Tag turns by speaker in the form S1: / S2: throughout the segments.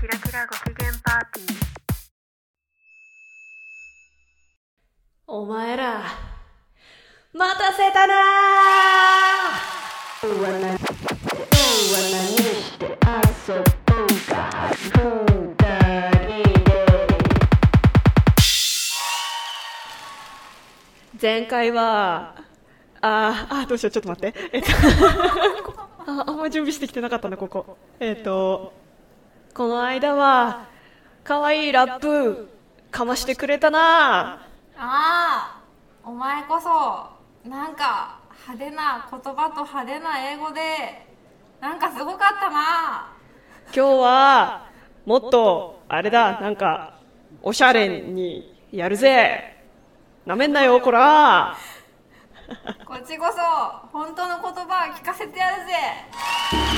S1: キラキラご機嫌パーティー
S2: お前ら、待たせたな前回は、あーあー、どうしよう、ちょっと待って。えっと、ああんま準備してきてなかったな、ここ。えっと、この間は、可愛いラップ、かましてくれたな
S3: ああお前こそなんか派手な言葉と派手な英語でなんかすごかったな
S2: 今日はもっとあれだなんかおしゃれにやるぜなめんなよこら
S3: こっちこそ本当の言葉を聞かせてやるぜ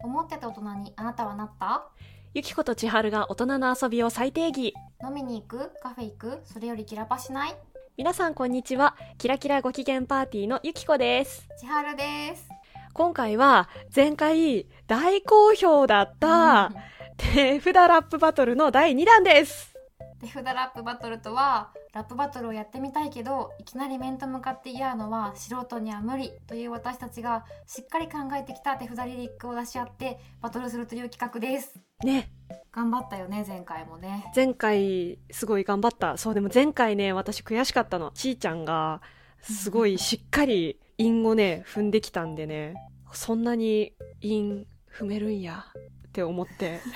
S3: 思ってた大人にあなたはなった
S2: ゆきこと千春が大人の遊びを再定義
S3: 飲みに行くカフェ行くそれよりキラパしない
S2: 皆さんこんにちはキラキラご機嫌パーティーのゆきこです
S3: 千春です
S2: 今回は前回大好評だった手札ラップバトルの第2弾です
S3: 手札ラップバトルとはラップバトルをやってみたいけどいきなり面と向かって嫌うのは素人には無理という私たちがしっかり考えてきた手札リリックを出し合ってバトルするという企画です
S2: ね
S3: 頑張ったよね前回もね
S2: 前回すごい頑張ったそうでも前回ね私悔しかったのちーちゃんがすごいしっかり韻をね踏んできたんでねそんなに韻踏めるんやって思って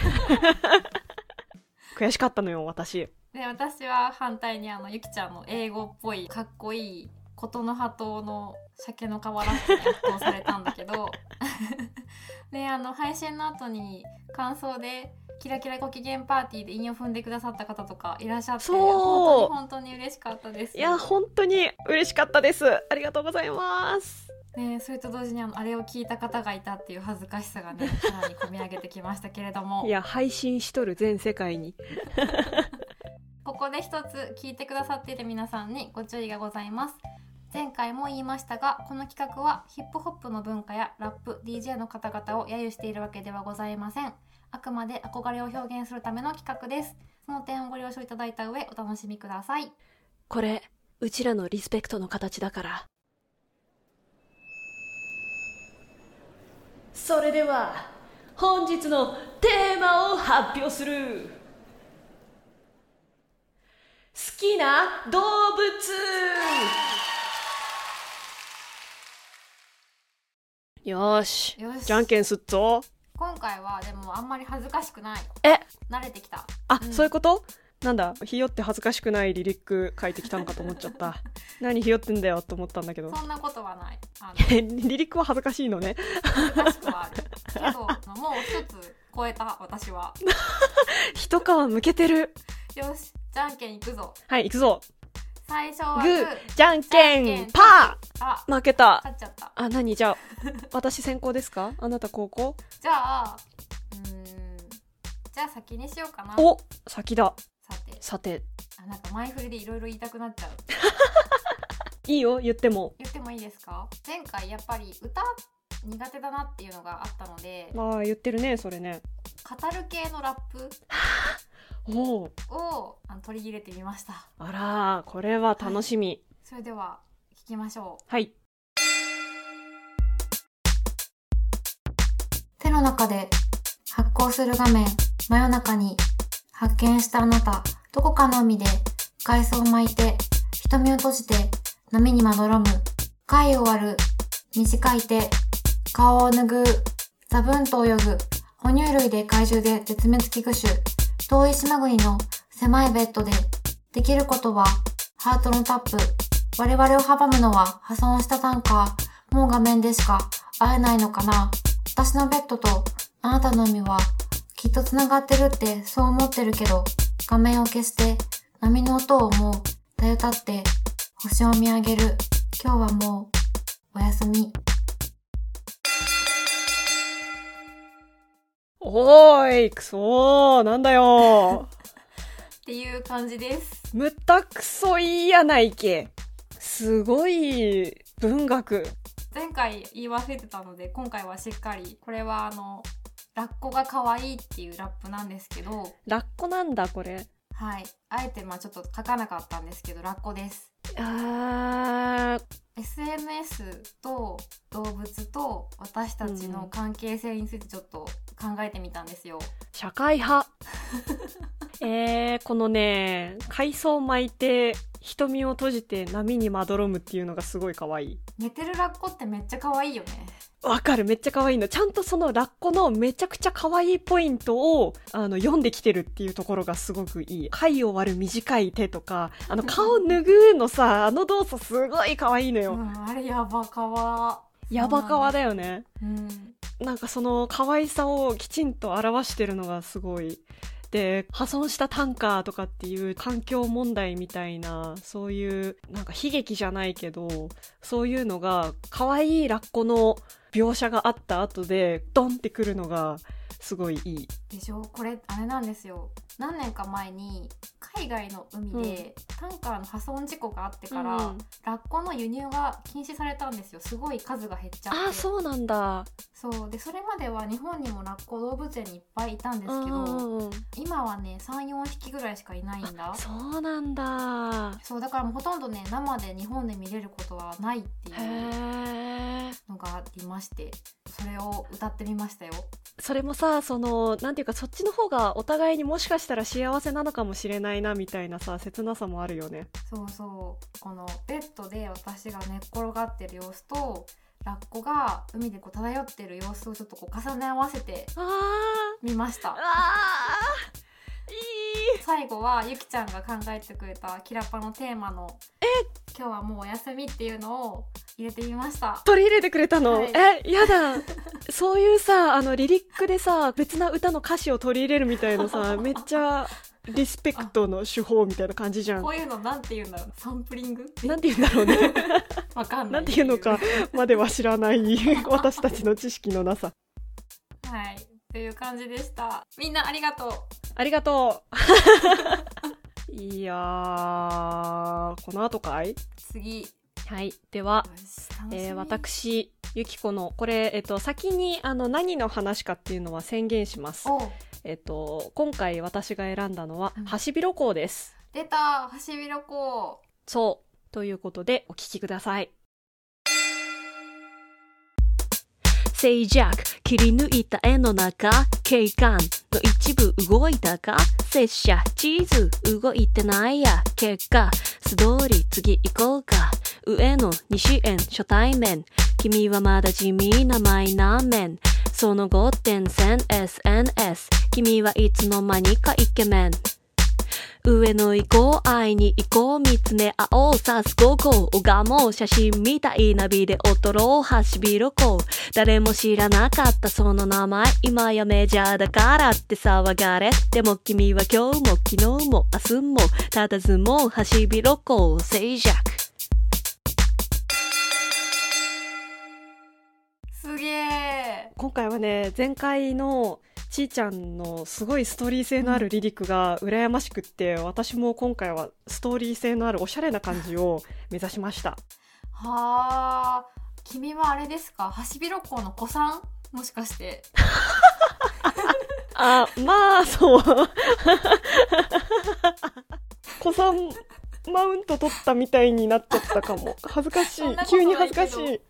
S2: 悔しかったのよ私
S3: で私は反対にあのゆきちゃんの英語っぽいかっこいい琴の葉島の鮭の皮ラップに圧倒されたんだけど であの配信の後に感想で「キラキラご機嫌パーティー」で韻を踏んでくださった方とかいらっしゃって
S2: そう
S3: 本当に本当に嬉しかったです
S2: いや本当に嬉しかったですありがとうございます
S3: ね、それと同時にあのあれを聞いた方がいたっていう恥ずかしさがねさらに込み上げてきましたけれども
S2: いや配信しとる全世界に
S3: ここで一つ聞いてくださっている皆さんにご注意がございます前回も言いましたがこの企画はヒップホップの文化やラップ DJ の方々を揶揄しているわけではございませんあくまで憧れを表現するための企画ですその点をご了承いただいた上お楽しみください
S2: これうちらのリスペクトの形だからそれでは本日のテーマを発表する好きな動物よーし
S3: よし
S2: じゃんけんすっぞ
S3: 今回はでもあんまり恥ずかしくない
S2: え
S3: 慣れてきた
S2: あ、
S3: うん
S2: そういうことなんだひよって恥ずかしくないリリック書いてきたのかと思っちゃった 何ひよってんだよと思ったんだけど
S3: そんなことはない あの
S2: リリックは恥ずかしいのね
S3: 恥ずかしくはあるけどあのもう一つ超えた私は
S2: 一皮むけてる
S3: よしじゃんけんいくぞ
S2: はい行くぞ
S3: 最初
S2: グ
S3: はグー
S2: ーじゃん
S3: じゃ
S2: け
S3: んけ
S2: ん
S3: ん
S2: パ
S3: あ
S2: ー負けた
S3: 勝っちゃった
S2: あ何じゃあ私先行ですかあ なた高校
S3: じゃあうーんじゃあ先にしようかな
S2: お先だ
S3: さて
S2: さて
S3: あなんか前振りでいろいろ言いたくなっちゃう
S2: いいよ言っても
S3: 言ってもいいですか前回やっぱり歌苦手だなっていうのがあったので
S2: まあ言ってるねそれね
S3: 語る系のラップ
S2: おお
S3: をあの取り入れてみました
S2: あらーこれは楽しみ
S3: それでは聞きましょう
S2: はい、
S3: 手の中で発光する画面真夜中に発見したあなたどこかの海で海藻を巻いて瞳を閉じて波にまどろむ貝を割る短い手顔を拭うザブンと泳ぐ哺乳類で怪獣で絶滅危惧種遠い島国の狭いベッドでできることはハートのタップ我々を阻むのは破損したタンカーもう画面でしか会えないのかな私のベッドとあなたの海はきっと繋がってるってそう思ってるけど画面を消して波の音をもうたよたって星を見上げる今日はもうおやすみ
S2: おーいくそーなんだよー
S3: っていう感じです
S2: むたくそいいやないけ。すごい文学。
S3: 前回言い忘れてたので今回はしっかりこれはあのラッコが可愛いっていうラップなんですけど
S2: ラッコなんだ、これ。
S3: はいあえてまあちょっと書かなかったんですけどラッコです
S2: あー、
S3: SNS と動物と私たちの関係性についてちょっと考えてみたんですよ、
S2: 社会 派。えー、このね、海藻巻いて、瞳を閉じて波にまどろむっていうのがすごい可愛い。
S3: 寝てるラッコってめっちゃ可愛いよね
S2: わかる、めっちゃ可愛いの。ちゃんとそのラッコのめちゃくちゃ可愛いポイントを、あの、読んできてるっていうところがすごくいい。貝を割る短い手とか、あの、顔拭うのさ、あの動作すごい可愛いの
S3: う
S2: よ。
S3: んあれやばかわ
S2: ヤバかわだよね。
S3: うん
S2: なんかその可愛さをきちんと表してるのがすごい。で、破損したタンカーとかっていう環境問題みたいな、そういう、なんか悲劇じゃないけど、そういうのが、可愛いラッコの描写があった後で、ドンってくるのが、すごいいい。
S3: でしょこれあれなんですよ何年か前に海外の海で、タンカーの破損事故があってから、
S2: うん
S3: ラッコの輸入が禁止されたんですよすごい数が減っちゃって
S2: ああ、そうなんだ。
S3: そうでそれまでは日本にもラッコ動物園にいっぱいいたんですけど、
S2: うん。
S3: 今はね34匹ぐらいしかいないんだ
S2: そうなんだ。
S3: そうだからもうほとんどね生で日本で見れることはないってい
S2: へ
S3: う
S2: え。
S3: のがありましてそれを歌ってみましたよ
S2: それもさそのなんていうかそっちの方がお互いにもしかしたら幸せなのかもしれないなみたいなさ切なさもあるよね
S3: そうそうこのベッドで私が寝っ転がってる様子とラッコが海でこう漂ってる様子をちょっとこう重ね合わせて
S2: あー
S3: みまし
S2: あ
S3: た
S2: ーいい
S3: 最後はゆきちゃんが考えてくれたキラパのテーマの「今日はもうお休み」っていうのを入れてみました
S2: 取り入れてくれたの、
S3: はい
S2: えやだそういうさあのリリックでさ別な歌の歌詞を取り入れるみたいな さめっちゃリスペクトの手法みたいな感じじゃん
S3: こういうのなんて言うんだろうサンプリング
S2: なんて言うんだろうね
S3: わかん
S2: な
S3: な
S2: いんて言うのかまでは知らない 私たちの知識のなさ
S3: はいという感じでしたみんなありがとう
S2: ありがとう。いやー、この後かい
S3: 次よ
S2: はい。では、
S3: し楽しみ
S2: えー私、ゆきこの、これ、えっと、先に、あの、何の話かっていうのは宣言します。
S3: お
S2: えっと、今回私が選んだのは
S3: うん、
S2: ハシビロコウです。
S3: 出たハシビロコウ
S2: そう。ということで、お聞きください。
S4: 静寂切り抜いた絵の中景観の一部動いたか拙者地図動いてないや結果素通り次行こうか上野西園初対面君はまだ地味なマイナー面その後点線 SNS 君はいつの間にかイケメン上野行こう会いに行こう見つめ合おうさす高校拝もう写真みたいなビデオ撮ろうハシビロコウ誰も知らなかったその名前今やメジャーだからって騒がれでも君は今日も昨日も明日もたたずもうハシビロコウ静寂
S3: すげえ
S2: 今回はね、前回の、ちーちゃんのすごいストーリー性のあるリリックが羨ましくって、私も今回はストーリー性のあるおしゃれな感じを目指しました。
S3: はあ君はあれですかハシビロコウの子さんもしかして
S2: あ、まあ、そう。 子さん、マウント取ったみたいになっちゃったかも。恥ずかしい
S3: そんな。ことな
S2: 急
S3: い
S2: に
S3: けど
S2: 恥ずかしい。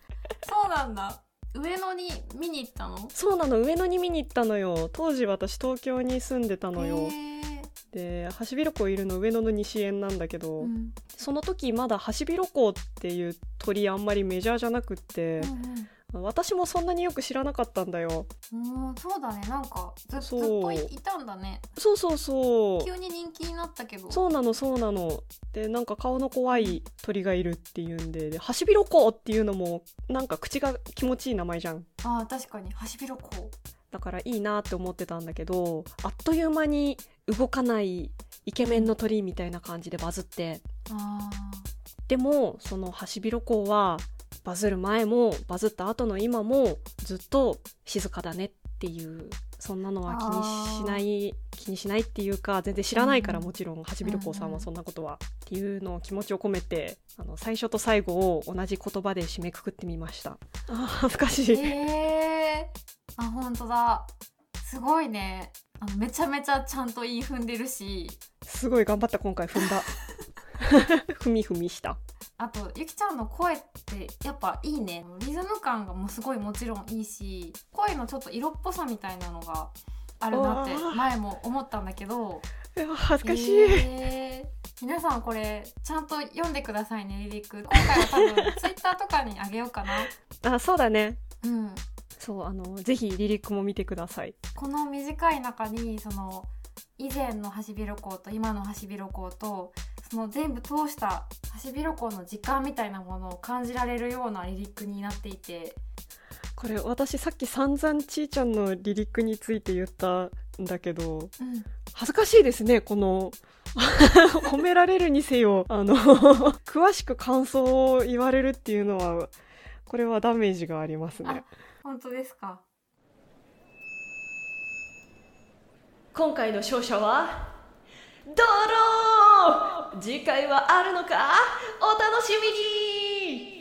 S3: そうなんだ上野に見に行ったの
S2: そうなの、上野に見に行ったのよ。当時私東京に住んでたのよ。
S3: へえ
S2: で、ハシビロコウいるの上野の西園なんだけど、
S3: うん
S2: その時まだハシビロコウっていう鳥あんまりメジャーじゃなくって
S3: う、ん
S2: 私もそんなによく知らなかったんだよ。
S3: うんうんそうだねなんかずず
S2: そ
S3: っ
S2: う
S3: といいたんだね
S2: そうそうそう。
S3: 急に人気になったけど
S2: そうなのそうなのでなんか顔の怖い鳥がいるっていうんででハシビロコウっていうのもなんか口が気持ちいい名前じゃん
S3: ああ確かにハシビロコウ
S2: だからいいなって思ってたんだけどあっという間に動かないイケメンの鳥みたいな感じでバズって
S3: あ
S2: でもそのハシビロコウはバズる前もバズった後の今もずっと静かだねっっていうそんなのは気にしない気にしないっていうか全然知らないから
S3: うん
S2: もちろんはしびるこうさん
S3: うんう
S2: は
S3: ん
S2: そんなことはっていうのを気持ちを込めてあの最初と最後を同じ言葉で締めくくってみましたあー恥ずかしい、
S3: えー、あ本当だすごいねあのめちゃめちゃちゃんと言い踏んでるし
S2: すごい頑張った今回踏ん だ踏み踏みした
S3: あとゆきちゃんの声ってやっぱいいねリズム感がもうすごいもちろんいいし声のちょっと色っぽさみたいなのがあるなって
S2: うわー
S3: 前も思ったんだけど
S2: うわ恥ずかしい、
S3: えー皆さんこれちゃんと読んでくださいねリリック今回は多分ツイッターとかにあげようかな
S2: あそうだね
S3: うん
S2: そうあのぜひリリックも見てください
S3: この短い中にその以前のハシビロコウと今のハシビロコウとその全部通したハシビロコウの時間みたいなものを感じられるようなリリックになっていて
S2: これ私さっき散々ちーちゃんのリリックについて言ったんだけど
S3: うん
S2: 恥ずかしいですねこの 褒められるにせよあの詳しく感想を言われるっていうのはこれはダメージがありますね
S3: 本当ですか
S4: 今回の勝者はドロー次回はあるのかお楽しみに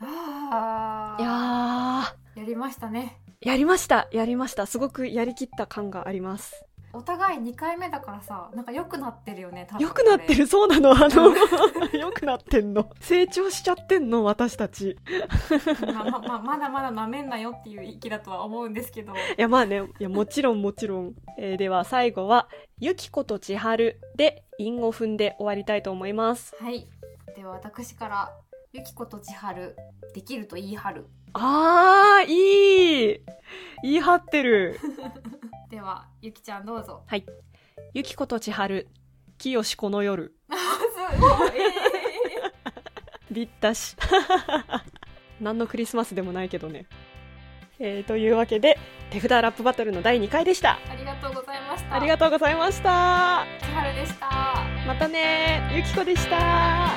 S3: あ
S2: い
S3: あ
S2: や
S3: やりましたね
S2: ーやりましたやりましたすごくやりきった感があります
S3: お互い2回目だからさなんか良くなってるよね多分
S2: よくなってるそうなのあ のよくなってんの成長しちゃってんの私たちい
S3: これまあまままだまだなめんなよっていう域だとは思うんですけど
S2: やまあねいやもちろんもちろん、えーでは最後は「ゆきことちはる」で韻を踏んで終わりたいと思います
S3: はいでは私からゆきこと千春できると言い張る
S2: あー、いい言い張ってる。
S3: ではゆきちゃんどうぞ
S2: ゆきこと千春、清しこの夜、
S3: すごい、
S2: りったし。 何のクリスマスでもないけどね。えーというわけで、手札ラップバトルの第2回でした。
S3: ありがとうございました
S2: ありがとうございました。
S3: 千春でした
S2: またねゆきこでした。